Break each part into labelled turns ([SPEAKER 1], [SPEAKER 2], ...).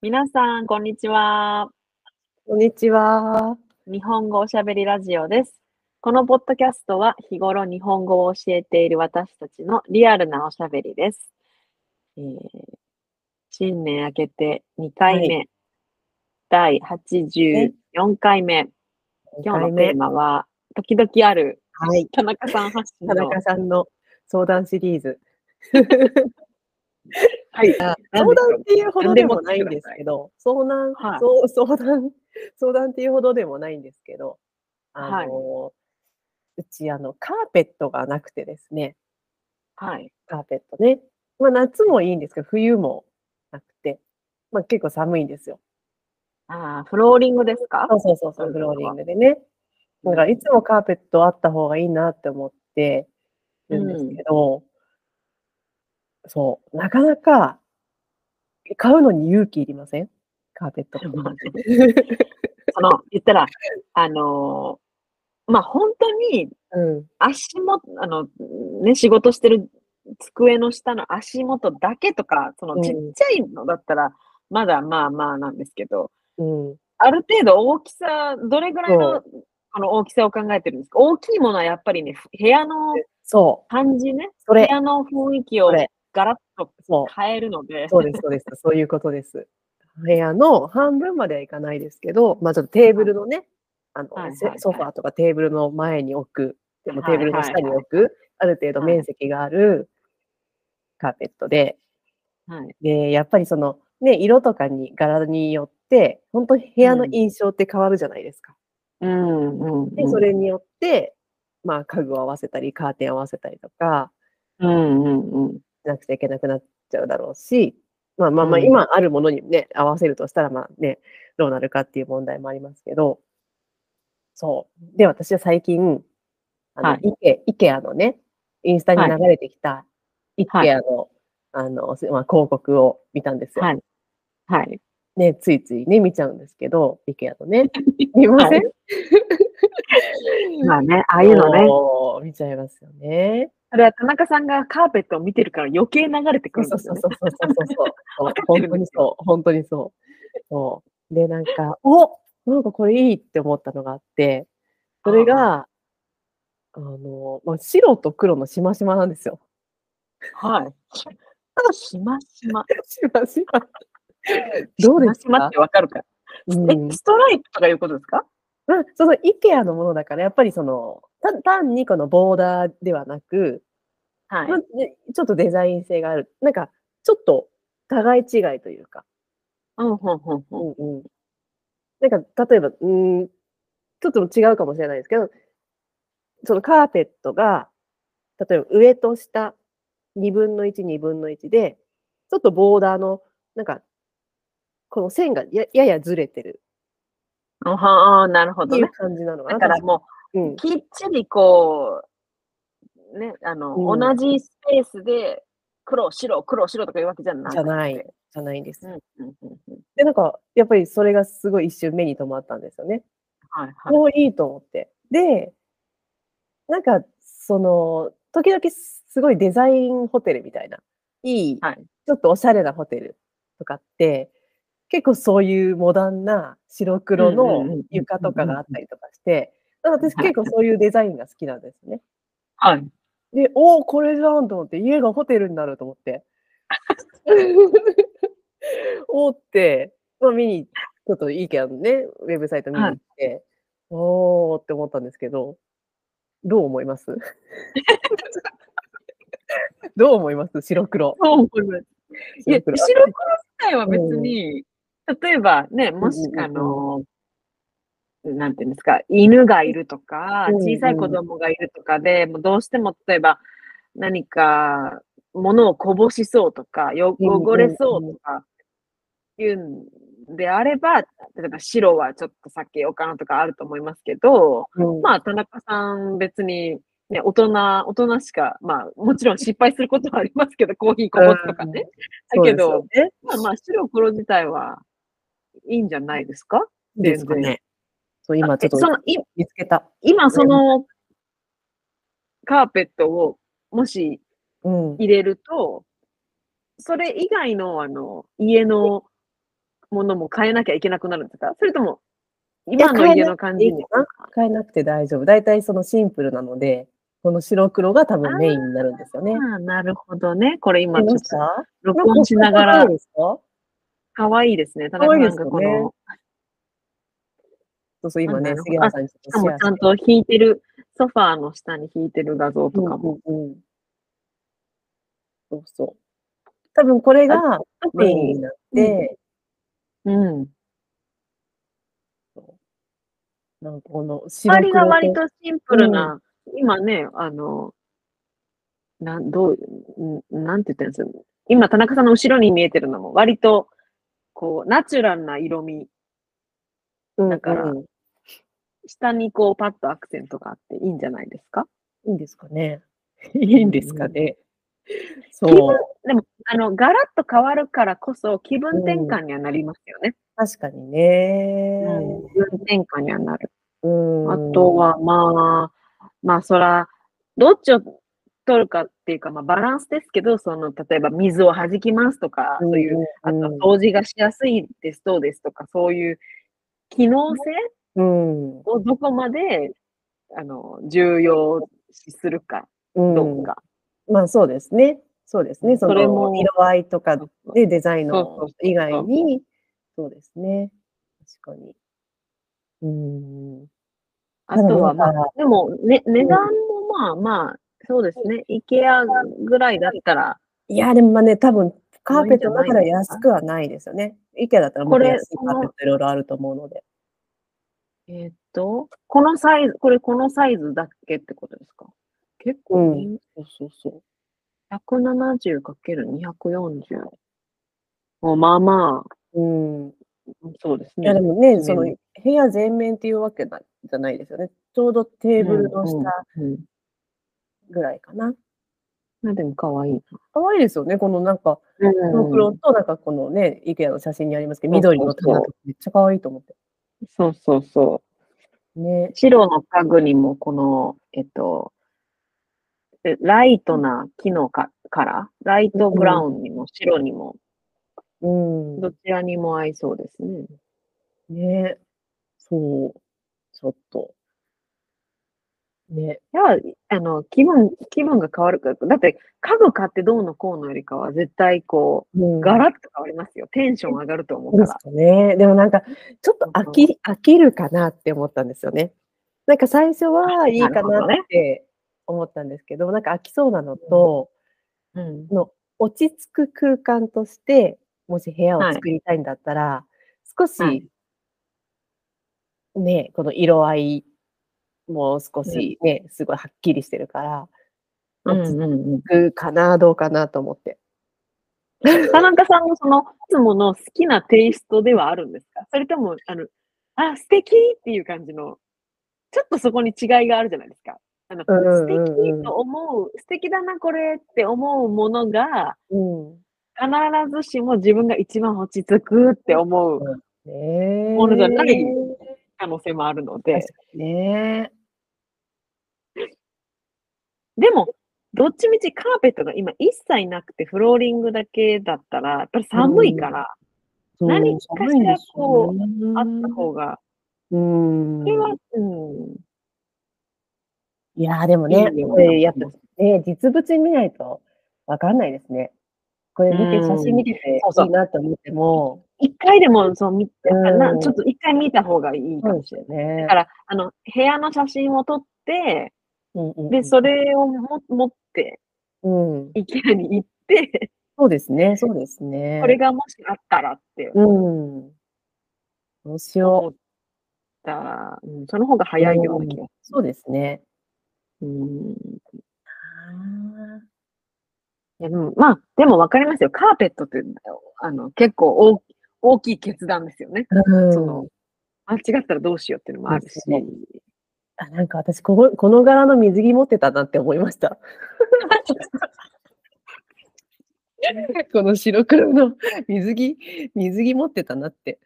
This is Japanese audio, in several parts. [SPEAKER 1] 皆さん、こんにちは。
[SPEAKER 2] こんにちは。
[SPEAKER 1] 日本語おしゃべりラジオです。このポッドキャストは日頃日本語を教えている私たちのリアルなおしゃべりです。えー新年明けて2回目、第84回目。今日のテーマは、時々ある
[SPEAKER 2] はい。
[SPEAKER 1] 田中さん発信
[SPEAKER 2] 田
[SPEAKER 1] の。
[SPEAKER 2] 中さんの相談シリーズ。
[SPEAKER 1] はい。
[SPEAKER 2] あ
[SPEAKER 1] 何でし
[SPEAKER 2] 相談
[SPEAKER 1] ょう
[SPEAKER 2] っていうほどでもないんですけど、相談、
[SPEAKER 1] はい
[SPEAKER 2] そう相談、 相談っていうほどでもないんですけど、あの、うち、あの、カーペットがなくてですね、
[SPEAKER 1] はい。
[SPEAKER 2] カーペットね。まあ、夏もいいんですけど、冬もなくて、まあ、結構寒いんですよ。
[SPEAKER 1] あーフローリングですか
[SPEAKER 2] そうそうそうそう、フローリングでね。だからいつもカーペットあった方がいいなって思ってるんですけど、そう、なかなか買うのに勇気いりませんカーペットって。
[SPEAKER 1] まあ その、言ったら、あのーまあ、本当に
[SPEAKER 2] うん、
[SPEAKER 1] 足元、あの、ね、仕事してる机の下の足元だけとか、その
[SPEAKER 2] うん
[SPEAKER 1] ちっちゃいのだったら、まだまあまあなんですけど、
[SPEAKER 2] うん、
[SPEAKER 1] ある程度大きさ、どれぐらいの、この大きさを考えてるんですか大きいものはやっぱりね、ふ部屋の
[SPEAKER 2] そう、
[SPEAKER 1] 感じね、
[SPEAKER 2] そ
[SPEAKER 1] 部
[SPEAKER 2] れ、
[SPEAKER 1] 屋の雰囲気
[SPEAKER 2] そ
[SPEAKER 1] を
[SPEAKER 2] れ、
[SPEAKER 1] ガラッと
[SPEAKER 2] そ
[SPEAKER 1] 変えるので
[SPEAKER 2] う、、そうです、そ うです、そういうことです。部屋の半分まではいかないですけど、まあちょっとテーブルのね、あの、
[SPEAKER 1] はいはい
[SPEAKER 2] ソ
[SPEAKER 1] はい
[SPEAKER 2] ソファーとかテーブルの前に置く、でも
[SPEAKER 1] はい
[SPEAKER 2] テーブルの下に置く、ある程度面積があるカーペットで、
[SPEAKER 1] はい、
[SPEAKER 2] で、やっぱりその、ね、色とかに、柄によって、本当に部屋の印象って変わるじゃないですか。
[SPEAKER 1] うんうん
[SPEAKER 2] で、それによって、まあ、家具を合わせたり、カーテンを合わせたりとか、
[SPEAKER 1] うんうんうん
[SPEAKER 2] しなくちゃいけなくなっちゃうだろうし、まあまあまあ、
[SPEAKER 1] うん
[SPEAKER 2] 今あるものにね、合わせるとしたら、まあね、どうなるかっていう問題もありますけど、そう。で、私は最近、あの、
[SPEAKER 1] はい
[SPEAKER 2] イケ、イケアのね、インスタに
[SPEAKER 1] はい
[SPEAKER 2] 流れてきた、イ
[SPEAKER 1] はい
[SPEAKER 2] ケアの、あの、すまあ、広告を見たんですよ。
[SPEAKER 1] はいはい。
[SPEAKER 2] ね、ついついね、見ちゃうんですけど、IKEA のね。見ません、
[SPEAKER 1] まあね、ああいうのね。
[SPEAKER 2] そう見ちゃいますよね。
[SPEAKER 1] それは田中さんがカーペットを見てるから余計流れてく
[SPEAKER 2] そ
[SPEAKER 1] る
[SPEAKER 2] う
[SPEAKER 1] ん
[SPEAKER 2] そ
[SPEAKER 1] で
[SPEAKER 2] う
[SPEAKER 1] す
[SPEAKER 2] そ
[SPEAKER 1] よね。
[SPEAKER 2] うそうそうそうそう。そう
[SPEAKER 1] わかってる
[SPEAKER 2] 本当
[SPEAKER 1] んで
[SPEAKER 2] に
[SPEAKER 1] すよ
[SPEAKER 2] そう、本当にそう。そうで、なんか、おなんかこれいいって思ったのがあって、それが、あの、まあ、白と黒のしましまなんですよ。
[SPEAKER 1] はい。しまし ま。
[SPEAKER 2] しましま。どうです
[SPEAKER 1] しましま
[SPEAKER 2] か
[SPEAKER 1] っ、てわかるか。
[SPEAKER 2] うん
[SPEAKER 1] え、ストライプとかいうことですか
[SPEAKER 2] まあ、その IKEA のものだから、やっぱりその、た単にこのボーダーではなく、
[SPEAKER 1] は
[SPEAKER 2] まあねちょっとデザイン性がある。なんか、ちょっと互い違いというか。
[SPEAKER 1] うん、ほんほんほん。
[SPEAKER 2] うんうん。なんか、例えば、うーん、ちょっと違うかもしれないですけど、そのカーペットが、例えば上と下、2分の1、2分の1で、ちょっとボーダーの、なんか、この線がやややずれてる
[SPEAKER 1] あはあ、なるほ
[SPEAKER 2] って
[SPEAKER 1] ど
[SPEAKER 2] いう
[SPEAKER 1] ね。
[SPEAKER 2] 感じなのか
[SPEAKER 1] だ
[SPEAKER 2] な。
[SPEAKER 1] からも
[SPEAKER 2] う、うん
[SPEAKER 1] う、、きっちりこう、ね、あの、
[SPEAKER 2] うん
[SPEAKER 1] 同じスペースで、黒、白、黒、白とかいうわけじゃない。
[SPEAKER 2] じゃない。じゃないんです
[SPEAKER 1] うん、。うん、うんうん。
[SPEAKER 2] で、なんか、やっぱりそれがすごい一瞬目に留まったんですよね。
[SPEAKER 1] はい、はい。
[SPEAKER 2] もういいと思って。で、なんか、その、時々すすごいデザインホテルみたいな、いい、
[SPEAKER 1] はい
[SPEAKER 2] ちょっとおしゃれなホテルとかって、結構そういうモダンな白黒
[SPEAKER 1] うんうんうんうんうんう
[SPEAKER 2] の
[SPEAKER 1] ん
[SPEAKER 2] 床とかがあったりとかして、だから私
[SPEAKER 1] はい
[SPEAKER 2] 結構そういうデザインが好きなんですね。
[SPEAKER 1] はい。
[SPEAKER 2] で、おお、これじゃんと思って、家がホテルになると思 って。おーって、まあ、見に、ちょっといいけどね、ウェブサイト見に行って、おーって思ったんですけど、どう思います どう思います白黒。
[SPEAKER 1] そう思いますいや、
[SPEAKER 2] 白黒
[SPEAKER 1] 白黒自体は別に、例えばね、もし
[SPEAKER 2] うんうんうん
[SPEAKER 1] あの、なんていうんですか、犬がいるとか、
[SPEAKER 2] うんうん
[SPEAKER 1] 小さい子供がいるとかで、もうどうしても例えば何か物をこぼしそうとか、よ
[SPEAKER 2] うんうんうん
[SPEAKER 1] 汚れそうとか、いうんであれば、例えば白はちょっと避けようかなとかあると思いますけど、
[SPEAKER 2] うん
[SPEAKER 1] まあ、田中さん、別に、ね、大人、大人しか、まあ、もちろん失敗することはありますけど、コーヒーこぼすとかね。だけど、、
[SPEAKER 2] そうですよね
[SPEAKER 1] まあまあ、白黒自体はいいんじゃないですか
[SPEAKER 2] いいですか
[SPEAKER 1] 全
[SPEAKER 2] ね。そう、今ちょっ
[SPEAKER 1] えその
[SPEAKER 2] と
[SPEAKER 1] い
[SPEAKER 2] 見つけた。
[SPEAKER 1] 今、その、カーペットを、もし
[SPEAKER 2] うん。
[SPEAKER 1] 入れると、それ以外の、あの、家のものも変えなきゃいけなくなるんですかそれとも、
[SPEAKER 2] や
[SPEAKER 1] 今の
[SPEAKER 2] 変えな
[SPEAKER 1] 家の感じに
[SPEAKER 2] いいかな変えなくて大丈夫。大体そのシンプルなので、この白黒が多分メインになるんですよね。
[SPEAKER 1] ああ、なるほどね。これ今
[SPEAKER 2] 見
[SPEAKER 1] ちょっ
[SPEAKER 2] ました
[SPEAKER 1] と録音しなが
[SPEAKER 2] なん
[SPEAKER 1] ら
[SPEAKER 2] かこれ高い、ですか
[SPEAKER 1] 可愛いですね。ただ
[SPEAKER 2] 可愛い
[SPEAKER 1] な
[SPEAKER 2] で
[SPEAKER 1] ん
[SPEAKER 2] す
[SPEAKER 1] か
[SPEAKER 2] よね
[SPEAKER 1] この、
[SPEAKER 2] そうそう、今
[SPEAKER 1] あな
[SPEAKER 2] ね、
[SPEAKER 1] るほど
[SPEAKER 2] 杉原さんにち
[SPEAKER 1] しか
[SPEAKER 2] ょっとシ
[SPEAKER 1] も
[SPEAKER 2] ェ
[SPEAKER 1] ち
[SPEAKER 2] ア
[SPEAKER 1] ゃんと引いてる、ソファーの下に引いてる画像とかも。
[SPEAKER 2] うんうんうんそうそう。多分これが
[SPEAKER 1] 特
[SPEAKER 2] メインに
[SPEAKER 1] に、
[SPEAKER 2] なって、
[SPEAKER 1] うん。
[SPEAKER 2] なんかこの白
[SPEAKER 1] 周りが
[SPEAKER 2] 黒
[SPEAKER 1] 割
[SPEAKER 2] と
[SPEAKER 1] とシンプルな、今ね、あの、なん、どう、んなんて言ったんですか今、田中さんの後ろに見えてるのも、割と、こう、ナチュラルな色味、
[SPEAKER 2] うん
[SPEAKER 1] だから
[SPEAKER 2] うん
[SPEAKER 1] 下にこう、パッとアクセントがあっていいんじゃないですか
[SPEAKER 2] いいんですかね。いいんですかね。そ
[SPEAKER 1] 気分
[SPEAKER 2] う。
[SPEAKER 1] でも、あの、ガラッと変わるからこそ、気分転換にはなりますよね。
[SPEAKER 2] 確かにね。
[SPEAKER 1] 気分転換にはなる。
[SPEAKER 2] うん。
[SPEAKER 1] あとは、まあ、まあ、そら、どっちを取るかっていうか、まあ、バランスですけど、その、例えば水を弾きますとか、
[SPEAKER 2] ん、
[SPEAKER 1] そういう、あと
[SPEAKER 2] ん、
[SPEAKER 1] 掃除がしやすいです、そうですとか、そういう機能性
[SPEAKER 2] うん。
[SPEAKER 1] をどこまで、あの、重要視するかどうか。
[SPEAKER 2] まあそうですね。そうですね。その
[SPEAKER 1] それも
[SPEAKER 2] 色合いとかでデザイン
[SPEAKER 1] そうそ
[SPEAKER 2] の
[SPEAKER 1] うそう
[SPEAKER 2] 以外に、そうですね。確かに。うん。
[SPEAKER 1] あとは、まあ
[SPEAKER 2] ただ、
[SPEAKER 1] でも、ね、
[SPEAKER 2] ん
[SPEAKER 1] 値段もまあまあ、そうですね。IKEA ぐらいだったら、
[SPEAKER 2] いや、でもまあね、多分カーペットだから
[SPEAKER 1] いいんじゃないですか
[SPEAKER 2] 安くはないですよね。イケアだったらもっ
[SPEAKER 1] ことれ
[SPEAKER 2] 安いカーペットいろいろあると思うので。
[SPEAKER 1] えーっと、このサイズ、これこのサイズだけってことですか結構ね、
[SPEAKER 2] そうそうそう。
[SPEAKER 1] 170×240。もうまあま
[SPEAKER 2] うん。
[SPEAKER 1] あ、そうです
[SPEAKER 2] い
[SPEAKER 1] ね
[SPEAKER 2] や、で。もね、
[SPEAKER 1] ん
[SPEAKER 2] その部屋全面っていうわけなじゃないですよね。ちょうどテーブルの
[SPEAKER 1] うんうん
[SPEAKER 2] 下
[SPEAKER 1] うん
[SPEAKER 2] ぐらいかな。
[SPEAKER 1] まあでも可愛いな。
[SPEAKER 2] 可愛いですよね。このなんか、
[SPEAKER 1] うん
[SPEAKER 2] 黒となんかこのね、イケアの写真にありますけど、
[SPEAKER 1] そうそうそう
[SPEAKER 2] 緑の棚とかめっちゃ可愛いと思って。
[SPEAKER 1] そうそうそ
[SPEAKER 2] ね
[SPEAKER 1] う。。白の家具にも、この、えっと、えライトな木のかカラー、ライトブラウンにも白にも、
[SPEAKER 2] うん。
[SPEAKER 1] どちらにも合いそうですね。
[SPEAKER 2] ね。そう。ちょっと。ね。
[SPEAKER 1] いや、あの、気分、気分が変わるから、だって家具買ってどうのこうのよりかは、絶対こ
[SPEAKER 2] うん
[SPEAKER 1] う、ガラッと変わりますよ。テンション上がると思う
[SPEAKER 2] で
[SPEAKER 1] か
[SPEAKER 2] す
[SPEAKER 1] ら。
[SPEAKER 2] かね。でもなんか、ちょっと飽き飽きるかなって思ったんですよね。なんか最初はいいか
[SPEAKER 1] なる
[SPEAKER 2] な
[SPEAKER 1] ほどね
[SPEAKER 2] って思ったんですけど、なんか飽きそうなのと、
[SPEAKER 1] うん。
[SPEAKER 2] の落ち着く空間として、もし部屋を
[SPEAKER 1] はい
[SPEAKER 2] 作りたいんだったら、少し、
[SPEAKER 1] はい
[SPEAKER 2] ね、この色合いも少しね、すごいはっきりしてるから、
[SPEAKER 1] うん
[SPEAKER 2] 落ち
[SPEAKER 1] うんうん。
[SPEAKER 2] 着くかな、どうかなと思って。
[SPEAKER 1] 田中さんのその、いつもの好きなテイストではあるんですかそれとも、あの、あ、素敵っていう感じの、ちょっとそこに違いがあるじゃないですか。あの、
[SPEAKER 2] うんうんうんうん
[SPEAKER 1] 素敵と思う、素敵だな、これって思うものが、
[SPEAKER 2] うん。
[SPEAKER 1] 必ずしも自分が一番落ち着くって思う
[SPEAKER 2] ね
[SPEAKER 1] ものじゃない可能性もあるので、
[SPEAKER 2] ね
[SPEAKER 1] でも、どっちみちカーペットが今一切なくてフローリングだけだったら、やっぱり寒いから、
[SPEAKER 2] そう
[SPEAKER 1] 何かしらこあった方が、
[SPEAKER 2] う
[SPEAKER 1] こ
[SPEAKER 2] ん。
[SPEAKER 1] れは、うん、
[SPEAKER 2] いやーでも
[SPEAKER 1] いい
[SPEAKER 2] ね
[SPEAKER 1] ような、
[SPEAKER 2] これやっぱ
[SPEAKER 1] 気も、
[SPEAKER 2] ね、実物見ないとわかんないですね。これ見て、
[SPEAKER 1] うん
[SPEAKER 2] 写真見てて
[SPEAKER 1] そうそう
[SPEAKER 2] いいなと思っても、
[SPEAKER 1] 一回でも、そう、見て、
[SPEAKER 2] うん
[SPEAKER 1] なちょっと一回見た方がいいか
[SPEAKER 2] そう
[SPEAKER 1] も
[SPEAKER 2] で
[SPEAKER 1] し
[SPEAKER 2] す
[SPEAKER 1] れ
[SPEAKER 2] よ
[SPEAKER 1] ない。
[SPEAKER 2] ね
[SPEAKER 1] だか。ら、あの、部屋の写真を撮って、
[SPEAKER 2] うんうんうん
[SPEAKER 1] で、それをも持って、
[SPEAKER 2] うん、
[SPEAKER 1] IKEA に行って、
[SPEAKER 2] そうですね、そうですね。
[SPEAKER 1] これがもしあったらって
[SPEAKER 2] うん。どうしよ
[SPEAKER 1] 思ったら、うん、その方が早いような気が
[SPEAKER 2] う。そうですね。
[SPEAKER 1] する。うん
[SPEAKER 2] あ
[SPEAKER 1] いやでもまあ、でも分かりますよ。カーペットって、あの、結構大き大きい決断ですよね。
[SPEAKER 2] ー
[SPEAKER 1] そ
[SPEAKER 2] うん
[SPEAKER 1] の、間違ったらどうしようっていうのもあるし。
[SPEAKER 2] そうですあなんか私この、この柄の水着持ってたなって思いま した。この白黒の水着、水着持ってたなって。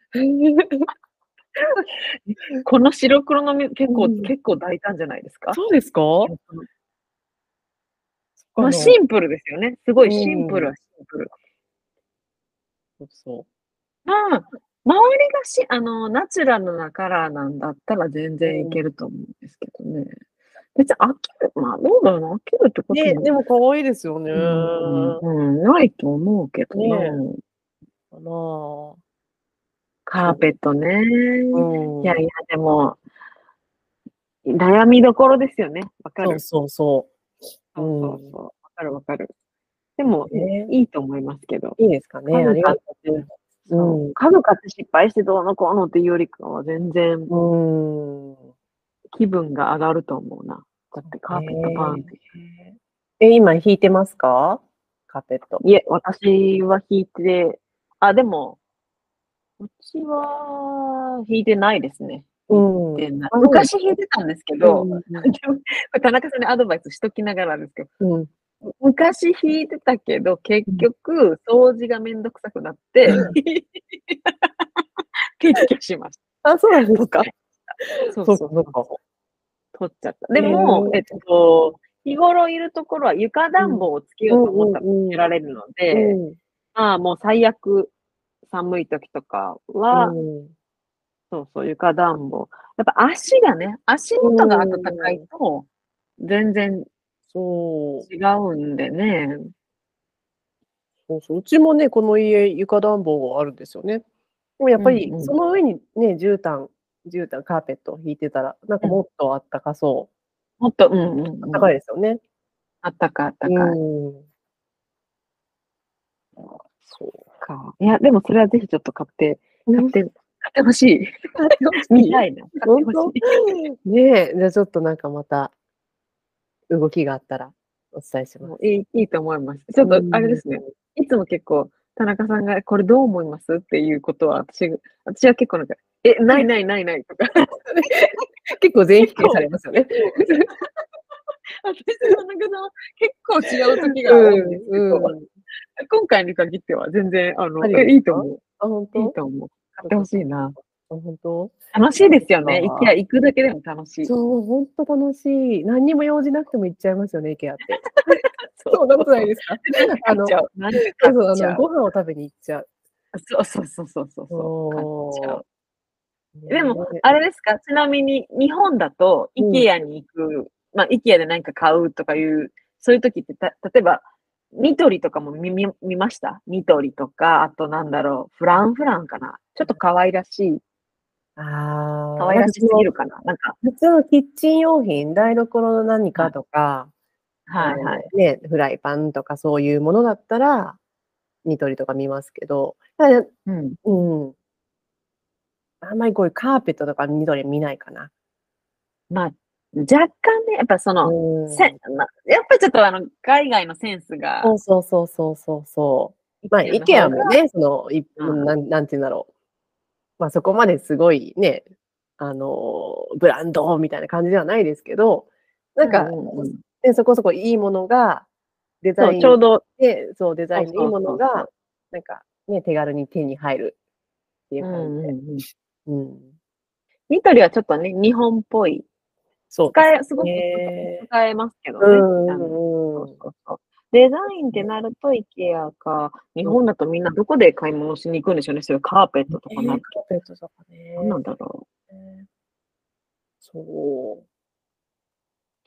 [SPEAKER 1] この白黒のみ結構、
[SPEAKER 2] うん
[SPEAKER 1] 結構大胆じゃないですか
[SPEAKER 2] そうですか
[SPEAKER 1] ま
[SPEAKER 2] あの
[SPEAKER 1] あ、シンプルですよね。すごいシンプ
[SPEAKER 2] う
[SPEAKER 1] ル
[SPEAKER 2] ん
[SPEAKER 1] はシンプル。
[SPEAKER 2] そうそ
[SPEAKER 1] まあ、周りがし、あの、ナチュラルなカラーなんだったら全然いけると思うんですけどね。別に飽きる、まあどうだろうな、飽きるってこと
[SPEAKER 2] ね、で
[SPEAKER 1] も、
[SPEAKER 2] も可愛いですよね。
[SPEAKER 1] うんうんうん、ないと思うけどな、
[SPEAKER 2] ねかな
[SPEAKER 1] カーペットね。
[SPEAKER 2] あ
[SPEAKER 1] いやいや、でも、悩みどころですよね。わか
[SPEAKER 2] そう
[SPEAKER 1] る。
[SPEAKER 2] そうそ
[SPEAKER 1] そうそうそう。わかるわかる。でも、
[SPEAKER 2] う。ね、
[SPEAKER 1] いいと思いますけど。
[SPEAKER 2] いいですかね。
[SPEAKER 1] 家具
[SPEAKER 2] ありがと
[SPEAKER 1] 買って
[SPEAKER 2] う
[SPEAKER 1] そう家具買って失敗してどうのこうのっていうよりかは全然
[SPEAKER 2] う。うん。
[SPEAKER 1] 気分が上がると思うな。だってカーペットパーンって。
[SPEAKER 2] え、今弾いてますかカーペット。
[SPEAKER 1] いえ、私は弾いて、あ、でも、うちは弾いてないですね。
[SPEAKER 2] うん
[SPEAKER 1] 弾いてない
[SPEAKER 2] あ
[SPEAKER 1] 昔弾いてたんですけど、
[SPEAKER 2] うん
[SPEAKER 1] で もこれ田中さんにアドバイスしときながらですけど、
[SPEAKER 2] うん。
[SPEAKER 1] 昔弾いてたけど、結局、掃除がめんどくさくなって、撤去しまし
[SPEAKER 2] あ、そうなんですか。
[SPEAKER 1] た。そう
[SPEAKER 2] そ
[SPEAKER 1] そうう
[SPEAKER 2] か、そうか。
[SPEAKER 1] 取っちゃった。でも、
[SPEAKER 2] へー
[SPEAKER 1] えっと、日頃いるところは床暖房をつけようと思ったらつけられるので、
[SPEAKER 2] うん
[SPEAKER 1] まあもう最悪寒い時とかは、
[SPEAKER 2] うん
[SPEAKER 1] そうそう、床暖房。やっぱ足がね、足元が暖かいと、全然
[SPEAKER 2] そう。
[SPEAKER 1] 違うんでね。
[SPEAKER 2] そうそう。うちもね、この家、床暖房があるんですよね。でもやっぱり
[SPEAKER 1] うんう、ん
[SPEAKER 2] その上にね、絨毯、絨毯、カーペットを引いてたら、なんかもっとあったかそ
[SPEAKER 1] もっと、うんうん、う
[SPEAKER 2] う。
[SPEAKER 1] ん。
[SPEAKER 2] 暖かいですよね。
[SPEAKER 1] あったかいあったかい。
[SPEAKER 2] うん。そ
[SPEAKER 1] か。いや、でもそれはぜひちょっと買って、
[SPEAKER 2] う。
[SPEAKER 1] 買って、買ってほしい。見たいな。買ってほしい。
[SPEAKER 2] ねえ、じゃあちょっとなんかまた、動きがあったらお伝えしま
[SPEAKER 1] も
[SPEAKER 2] す。
[SPEAKER 1] ういいいいと思います。ちょっとあれですね。いつも結構、田中さんがこれどう思いますっていうことは、私、私は結構なんか、え、ないないないない とか。
[SPEAKER 2] 結構全否定されます よね。
[SPEAKER 1] 私と田中さんは結構違う時が多いんですけど、
[SPEAKER 2] うんうん
[SPEAKER 1] 今回に限っては全然、あの、
[SPEAKER 2] ありがとう
[SPEAKER 1] えいいと思
[SPEAKER 2] あ、
[SPEAKER 1] う。
[SPEAKER 2] 本
[SPEAKER 1] いい
[SPEAKER 2] 当
[SPEAKER 1] と思う。買ってほしいな。
[SPEAKER 2] あ、本当
[SPEAKER 1] 楽しいですよね。
[SPEAKER 2] そう
[SPEAKER 1] 行きゃ行くだけでも楽しい。
[SPEAKER 2] そう、本当楽しい。何にも用事なくても行っちゃいますよね、イケアって。
[SPEAKER 1] そう
[SPEAKER 2] そんなことないですか あ
[SPEAKER 1] 買っ
[SPEAKER 2] の、
[SPEAKER 1] ち
[SPEAKER 2] そ
[SPEAKER 1] ゃ
[SPEAKER 2] う
[SPEAKER 1] う。なんか買っ
[SPEAKER 2] そう
[SPEAKER 1] ち
[SPEAKER 2] あ
[SPEAKER 1] ゃう
[SPEAKER 2] の、ご飯を食べに行っちゃう。
[SPEAKER 1] そうそうそうそうそうそう。買っちゃう。でも、あ
[SPEAKER 2] れ
[SPEAKER 1] れですかちなみに、日本だと、
[SPEAKER 2] うん
[SPEAKER 1] IKEA に行く、まあ、IKEA で何か買うとかいう、そういう時って、た例えば、ニトリとかも見見見ましたニトリとか、あとなんだろう、フランフランかなちょっと可愛らしい、
[SPEAKER 2] あー
[SPEAKER 1] 可愛らしすぎるかななんか、
[SPEAKER 2] 普通のキッチン用品、台所の何かとか、
[SPEAKER 1] はい
[SPEAKER 2] あの
[SPEAKER 1] はい。
[SPEAKER 2] ね、フライパンとかそういうものだったら、ニトリとか見ますけど、ただ
[SPEAKER 1] うん。
[SPEAKER 2] うん。あんまりこういうカーペットとかニトリ見ないかな。
[SPEAKER 1] まあ、若干ね、やっぱその、
[SPEAKER 2] うん
[SPEAKER 1] せまあ、やっぱりちょっとあの、海外のセンスが、
[SPEAKER 2] そうそうそうそうそうそう。まあ、
[SPEAKER 1] IKEA
[SPEAKER 2] イ
[SPEAKER 1] の
[SPEAKER 2] ケア
[SPEAKER 1] 方
[SPEAKER 2] も
[SPEAKER 1] が
[SPEAKER 2] ね、その、い
[SPEAKER 1] うん
[SPEAKER 2] なんなんて言うんだろう。まあ、そこまですごいね、あのー、ブランドみたいな感じではないですけど、なんか、
[SPEAKER 1] うううん
[SPEAKER 2] ね、そこそこいいものが、デ
[SPEAKER 1] そ
[SPEAKER 2] ザイ
[SPEAKER 1] う
[SPEAKER 2] ン
[SPEAKER 1] ちょうど、
[SPEAKER 2] で、そう、デザインのいいもの
[SPEAKER 1] そうそう
[SPEAKER 2] が、なんか、ね、手軽に手に入るっていううん感
[SPEAKER 1] うん
[SPEAKER 2] じで。
[SPEAKER 1] うん
[SPEAKER 2] うん。
[SPEAKER 1] ニトリはちょっとね、日本っぽい
[SPEAKER 2] そうです
[SPEAKER 1] 使え、すごく
[SPEAKER 2] ね
[SPEAKER 1] 使えますけど
[SPEAKER 2] う
[SPEAKER 1] ね。
[SPEAKER 2] ん
[SPEAKER 1] あの
[SPEAKER 2] うん。
[SPEAKER 1] そううんそうそうデザインってなると IKEA か、日本だとみんなどこで買い物しに行くんでしょうね。そういうカーペットとかなんか、
[SPEAKER 2] カーペットとかね
[SPEAKER 1] 何なんだろ。
[SPEAKER 2] そう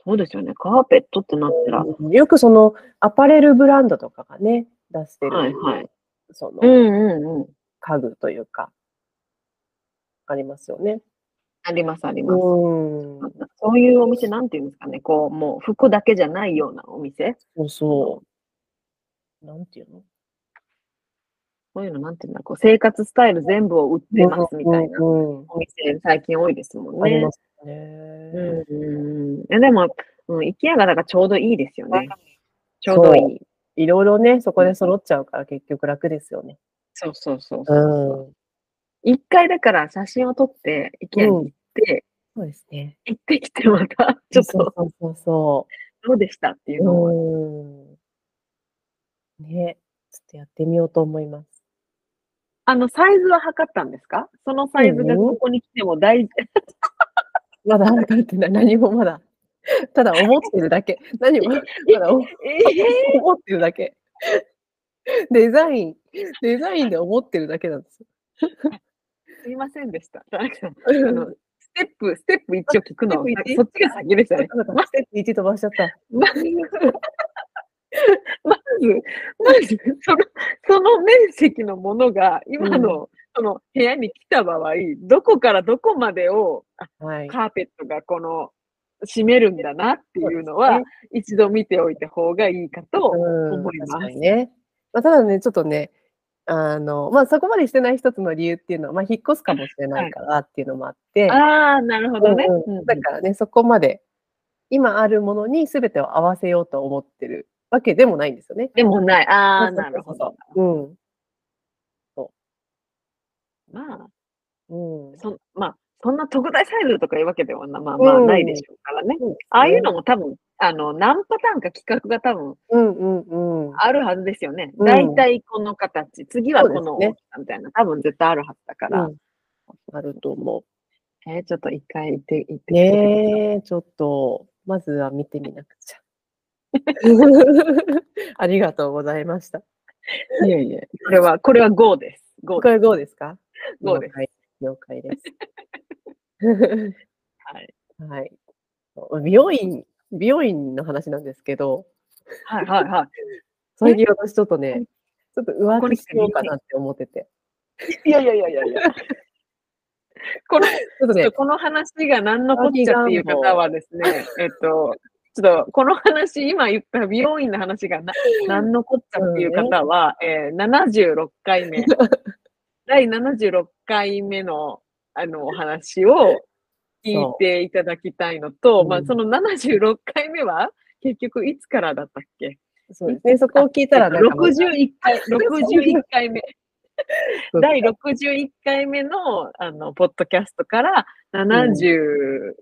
[SPEAKER 1] そうですよね。カーペットってなったら、は
[SPEAKER 2] う。よくそのアパレルブランドとかがね、出してる、
[SPEAKER 1] いはい。
[SPEAKER 2] そ
[SPEAKER 1] うん
[SPEAKER 2] の
[SPEAKER 1] うんうん。
[SPEAKER 2] 家具というか、ありますよね。
[SPEAKER 1] ありますあります。
[SPEAKER 2] うん。
[SPEAKER 1] そういうお店なんていうんですかね。こう、もう服だけじゃないようなお店。
[SPEAKER 2] そうそう。なんていうの
[SPEAKER 1] こういうのなんていうんだろう。こう生活スタイル全部を売ってますみたいな
[SPEAKER 2] うんうん
[SPEAKER 1] お店、最近多いですもんね。
[SPEAKER 2] ありますね。
[SPEAKER 1] うんうんうん。えでも、うん、IKEA がだからちょうどいいですよね。ちょう
[SPEAKER 2] そ
[SPEAKER 1] ど
[SPEAKER 2] う
[SPEAKER 1] いい。
[SPEAKER 2] いろいろね、そこで揃っちゃうから結局楽ですよね。
[SPEAKER 1] そうそうそう
[SPEAKER 2] う
[SPEAKER 1] そうんそう。。一回だから写真を撮って、IKEA に行って、
[SPEAKER 2] そうですね。
[SPEAKER 1] 行ってきてまた、ちょっ
[SPEAKER 2] そう
[SPEAKER 1] と
[SPEAKER 2] そうそうそ
[SPEAKER 1] どうでしたっていう
[SPEAKER 2] う。
[SPEAKER 1] のを、
[SPEAKER 2] うん。ね、ちょっとやってみようと思います。
[SPEAKER 1] あの、サイズは測ったんですかそのサイズが
[SPEAKER 2] うん
[SPEAKER 1] ここに来ても大事、
[SPEAKER 2] まだ分かってない。何もまだ。ただ思ってるだけ。何も、まだお
[SPEAKER 1] え
[SPEAKER 2] 思ってるだけ。デザイン、デザインで思ってるだけなんですよ。
[SPEAKER 1] すいませんでした。田中さん
[SPEAKER 2] あ
[SPEAKER 1] あのステップ、ステップ1を聞くの、
[SPEAKER 2] ステップ1
[SPEAKER 1] そっちが先でしたね。
[SPEAKER 2] なんかステップ1飛ばしちゃった。
[SPEAKER 1] まず、まず、まずその、その面積のものが、今の、その部屋に来た場合、どこからどこまでを、あ
[SPEAKER 2] はい。
[SPEAKER 1] カーペットがこの、閉めるんだなっていうのは、一度見ておいた方がいいかと。思います
[SPEAKER 2] 確かにね。まあ、ただね、ちょっとね、あの、まあ、そこまでしてない一つの理由っていうのは、まあ、引っ越すかもしれないからっていうのもあって、
[SPEAKER 1] ああ、なるほどね。
[SPEAKER 2] うんうんだからね、そこまで、今あるものに全てを合わせようと思ってるわけでもないんですよね。
[SPEAKER 1] でもない。ああ、
[SPEAKER 2] そう
[SPEAKER 1] なるほど。
[SPEAKER 2] そうそう
[SPEAKER 1] まあ、
[SPEAKER 2] うん。うん。
[SPEAKER 1] そんまあ、そんな特大サイズとかいうわけではな、まあまあ、ないでしょうからね。ああいうのも多分、あの、何パターンか企画が多分
[SPEAKER 2] うんうんうん。
[SPEAKER 1] あるはずですよね。
[SPEAKER 2] うん
[SPEAKER 1] 大体この形、次はこの
[SPEAKER 2] そうですね
[SPEAKER 1] 大きさみたいな、多分絶対あるはずだから。
[SPEAKER 2] うんあると思
[SPEAKER 1] えーちょっと一回行って、行って
[SPEAKER 2] う。
[SPEAKER 1] きて
[SPEAKER 2] ねえ、ちょっと、まずは見てみなく ちゃ。ありがとうございました。
[SPEAKER 1] いえいえ。これは、これは GO です。GO
[SPEAKER 2] こ
[SPEAKER 1] です。
[SPEAKER 2] れどうですか
[SPEAKER 1] GO です。
[SPEAKER 2] 了解了解です。
[SPEAKER 1] はい。
[SPEAKER 2] はい。美容院、美容院の話なんですけど、
[SPEAKER 1] はいはいはい。
[SPEAKER 2] 最近私ちょっとね
[SPEAKER 1] え、
[SPEAKER 2] ちょっと浮
[SPEAKER 1] これ
[SPEAKER 2] 気しようかなって思ってて。
[SPEAKER 1] い やいやいやいやいや。この、
[SPEAKER 2] ちょっと
[SPEAKER 1] ちょっ
[SPEAKER 2] ね
[SPEAKER 1] と、この話が何のこっちゃっていう方はです ね、えっと、ちょっとこの話、今言った美容院の話がな何のこっちゃっていう方は、えー、76回 目、第76回目のあのお話を聞いていただきたいのと、
[SPEAKER 2] そう
[SPEAKER 1] まあ、
[SPEAKER 2] うん
[SPEAKER 1] その76回目は結局いつからだったっけ
[SPEAKER 2] そうですね、そこを聞いたらなんかまた、
[SPEAKER 1] 61回、61回 目。
[SPEAKER 2] そう
[SPEAKER 1] 第61回目の、あの、ポッドキャストから76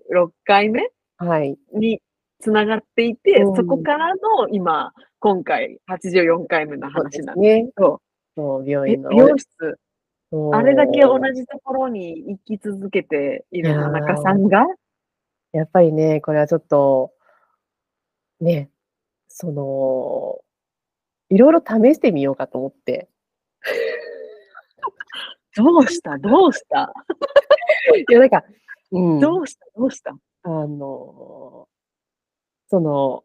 [SPEAKER 1] 回目
[SPEAKER 2] はい。
[SPEAKER 1] につながっていて、
[SPEAKER 2] うん
[SPEAKER 1] そこからの今、今回84回目の
[SPEAKER 2] そう
[SPEAKER 1] 話
[SPEAKER 2] です
[SPEAKER 1] なんで
[SPEAKER 2] ね。
[SPEAKER 1] すけど、
[SPEAKER 2] そう、病
[SPEAKER 1] え
[SPEAKER 2] 院の。
[SPEAKER 1] 美容室、
[SPEAKER 2] そう
[SPEAKER 1] あれだけ同じところに行き続けている
[SPEAKER 2] いや
[SPEAKER 1] 田
[SPEAKER 2] ー
[SPEAKER 1] 中さんが、
[SPEAKER 2] やっぱりね、これはちょっと、ね、その、いろいろ試してみようかと思って。
[SPEAKER 1] どうしたどうした
[SPEAKER 2] いや、なんか、うん
[SPEAKER 1] どうしたどうした
[SPEAKER 2] あの、その、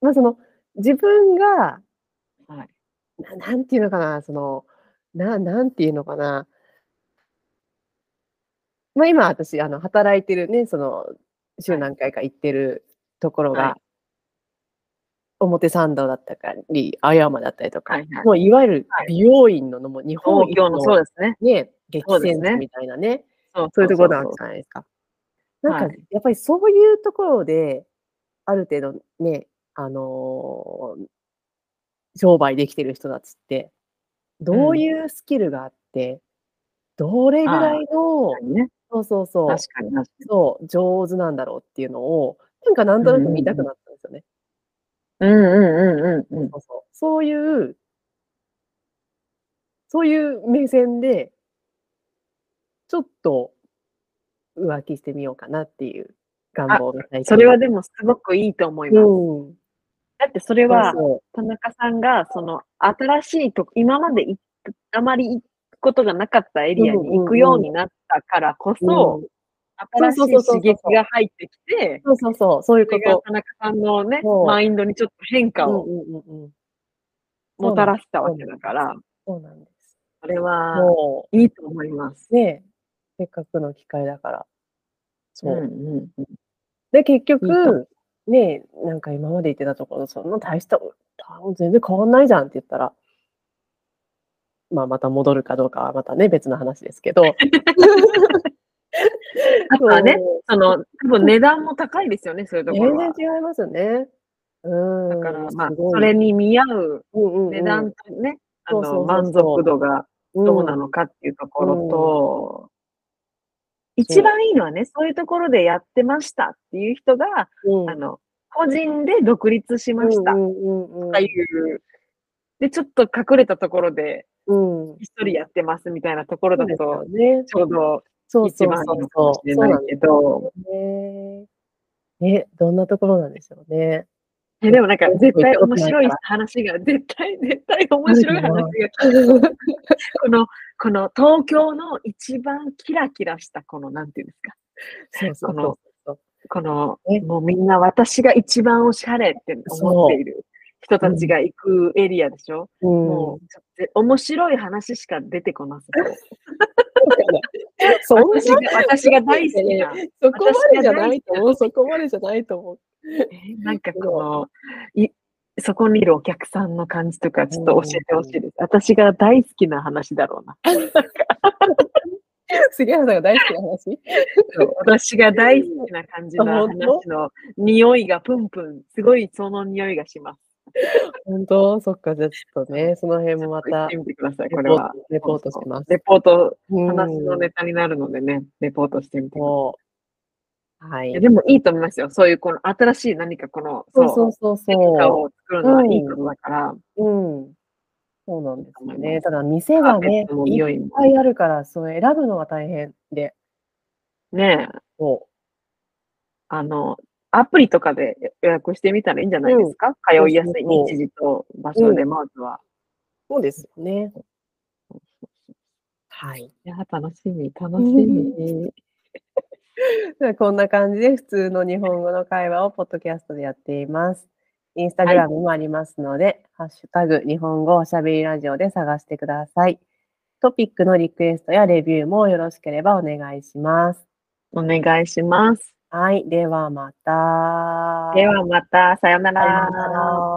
[SPEAKER 2] まあ、その、自分が、
[SPEAKER 1] はい。
[SPEAKER 2] ななんていうのかな、その、ななんていうのかな。まあ、今私、あの、働いてるね、その、週
[SPEAKER 1] はい
[SPEAKER 2] 何回か行ってるところが、
[SPEAKER 1] はい
[SPEAKER 2] 表参道だったり、青山だったりとか、
[SPEAKER 1] はいはい
[SPEAKER 2] もういわゆる
[SPEAKER 1] はい
[SPEAKER 2] 美容院ののもう日本
[SPEAKER 1] 東
[SPEAKER 2] 一
[SPEAKER 1] 京のそうですね。
[SPEAKER 2] ね、激
[SPEAKER 1] そうです
[SPEAKER 2] 戦
[SPEAKER 1] ね
[SPEAKER 2] 地みたいなね、
[SPEAKER 1] そう
[SPEAKER 2] そういうところなん
[SPEAKER 1] そ
[SPEAKER 2] じ
[SPEAKER 1] うそう
[SPEAKER 2] ゃないですか。なんか、
[SPEAKER 1] はい
[SPEAKER 2] やっぱりそういうところで、ある程度ね、あのー商売できてる人たちって、どういうスキルがあって、どれぐらいの
[SPEAKER 1] 確か、にね。
[SPEAKER 2] そうそうそう
[SPEAKER 1] 確、かに確かに。
[SPEAKER 2] そう、上手なんだろうっていうのを、なんかなんとなく見たくなったんですよね。
[SPEAKER 1] うんうんうんうんうん。
[SPEAKER 2] そうそうそういう、そういう目線で、ちょっと浮気してみようかなっていう願望が最近
[SPEAKER 1] それはでもすごくいいと思います。
[SPEAKER 2] うん、
[SPEAKER 1] だってそれ
[SPEAKER 2] そう
[SPEAKER 1] は、
[SPEAKER 2] そ
[SPEAKER 1] 田中さんが、その、新しいとこ、今まで行っあまり行くことがなかったエリアに行くようになったからこ
[SPEAKER 2] う
[SPEAKER 1] そ、新しい
[SPEAKER 2] そうそうそうそう
[SPEAKER 1] 刺激が入ってきて、
[SPEAKER 2] うんそうそうそう、そういう
[SPEAKER 1] そ
[SPEAKER 2] こ
[SPEAKER 1] れが
[SPEAKER 2] と。
[SPEAKER 1] 田中さんのね、
[SPEAKER 2] そう
[SPEAKER 1] マインドにちょっと変化
[SPEAKER 2] うん
[SPEAKER 1] を
[SPEAKER 2] うんうんうん
[SPEAKER 1] もたらしたわけだから、
[SPEAKER 2] そうなんです。
[SPEAKER 1] それは、
[SPEAKER 2] も
[SPEAKER 1] いいと思います。
[SPEAKER 2] う、ねえ、せっかくの機会だから。
[SPEAKER 1] う
[SPEAKER 2] そ
[SPEAKER 1] ん
[SPEAKER 2] う。
[SPEAKER 1] うんうん。
[SPEAKER 2] で、結
[SPEAKER 1] いいと
[SPEAKER 2] 局、ねえ、なんか今まで言ってたところ、そんな大した、全然変わんないじゃんって言ったら、まあ、また戻るかどうかはまたね、別の話です けど。
[SPEAKER 1] あとはね
[SPEAKER 2] そう、
[SPEAKER 1] その、多分値段も高いですよね、そういうところ
[SPEAKER 2] 全
[SPEAKER 1] は。
[SPEAKER 2] 然違いますね。うん。
[SPEAKER 1] だから、まあ、
[SPEAKER 2] すごい
[SPEAKER 1] それに見合う
[SPEAKER 2] うんうんうん
[SPEAKER 1] 値段とね、あ
[SPEAKER 2] そうそうそ
[SPEAKER 1] の
[SPEAKER 2] う
[SPEAKER 1] 満足度がどうなのかっていうところと、
[SPEAKER 2] そう
[SPEAKER 1] 一番いいのはね、そういうところでやってましたっていう人が、
[SPEAKER 2] うん
[SPEAKER 1] あの、個人で独立しましたと
[SPEAKER 2] うんうんうんうん
[SPEAKER 1] かいう、で、ちょっと隠れたところで
[SPEAKER 2] うん。
[SPEAKER 1] 一人やってますみたいなところだ
[SPEAKER 2] そうですよ
[SPEAKER 1] と、
[SPEAKER 2] ね。
[SPEAKER 1] ちょうど
[SPEAKER 2] そう
[SPEAKER 1] 一
[SPEAKER 2] そう
[SPEAKER 1] 番い
[SPEAKER 2] そ
[SPEAKER 1] いの
[SPEAKER 2] う
[SPEAKER 1] かも
[SPEAKER 2] そ
[SPEAKER 1] し
[SPEAKER 2] う。
[SPEAKER 1] れ
[SPEAKER 2] そう
[SPEAKER 1] な
[SPEAKER 2] ないんで
[SPEAKER 1] けど、
[SPEAKER 2] すね。え、どんなところなんでしょ うね。
[SPEAKER 1] えでもなんか
[SPEAKER 2] そう
[SPEAKER 1] 絶対
[SPEAKER 2] そうそう
[SPEAKER 1] 面白い話が、絶対、絶対面白い話が聞けるこの、この東京の一番キラキラしたこの、なんていうんですか。
[SPEAKER 2] そうそう
[SPEAKER 1] この
[SPEAKER 2] そう
[SPEAKER 1] この
[SPEAKER 2] ね、
[SPEAKER 1] もうみんな私が一番おしゃれって思っている人たちが行くエリアでしょ、
[SPEAKER 2] そう。うん
[SPEAKER 1] もうちょっと、面白い話しか出てこなさそう。
[SPEAKER 2] そんな
[SPEAKER 1] 私が私が大好きな、
[SPEAKER 2] そこまでじゃないと思う。そこまでじゃないと思う。
[SPEAKER 1] えなんかこの、いそこにいるお客さんの感じとか、ちょっと教えてほしいです。私が大好きな話だろうな。
[SPEAKER 2] 杉原さんが大好きな話
[SPEAKER 1] そう私が大好きな感じの話の匂いがプンプン、すごいその匂いがします。
[SPEAKER 2] 本当 そっか、じゃあちょっとね、その辺もま
[SPEAKER 1] 行ったて
[SPEAKER 2] レ
[SPEAKER 1] みてください、
[SPEAKER 2] ポ
[SPEAKER 1] こ
[SPEAKER 2] ー
[SPEAKER 1] れは
[SPEAKER 2] ト。レポートします。
[SPEAKER 1] レポート、話
[SPEAKER 2] 話
[SPEAKER 1] のネタになるのでね、レポートしてみてくださ
[SPEAKER 2] そう。はい
[SPEAKER 1] い
[SPEAKER 2] い
[SPEAKER 1] や。でもいいと思いますよ。そういうこの新しい何かこの、
[SPEAKER 2] そうそうそう
[SPEAKER 1] 何か
[SPEAKER 2] そ
[SPEAKER 1] を作るのはいいことだから、
[SPEAKER 2] う。うん。そうなんですよね。ただ、店
[SPEAKER 1] カ
[SPEAKER 2] が
[SPEAKER 1] ーペ
[SPEAKER 2] ね
[SPEAKER 1] ットの、
[SPEAKER 2] いっ
[SPEAKER 1] 匂いも。
[SPEAKER 2] ぱいあるから、それ選ぶのが大変で。
[SPEAKER 1] ねえ
[SPEAKER 2] そ
[SPEAKER 1] あの、アプリとかで予約してみたらいいんじゃないですか、通いやすい日時と場所で、まずは。
[SPEAKER 2] う。そうですよね。はい。
[SPEAKER 1] いや、楽しみ、楽しみ。
[SPEAKER 2] じゃあこんな感じで普通の日本語の会話をポッドキャストでやっています。インスタグラムもありますので、ハッシュタグ日本語おしゃべりラジオで探してください。トピックのリクエストやレビューもよろしければお願いします。
[SPEAKER 1] お願いします。
[SPEAKER 2] はい、ではまた。
[SPEAKER 1] ではまた、さような
[SPEAKER 2] さよう
[SPEAKER 1] ら
[SPEAKER 2] な。ら。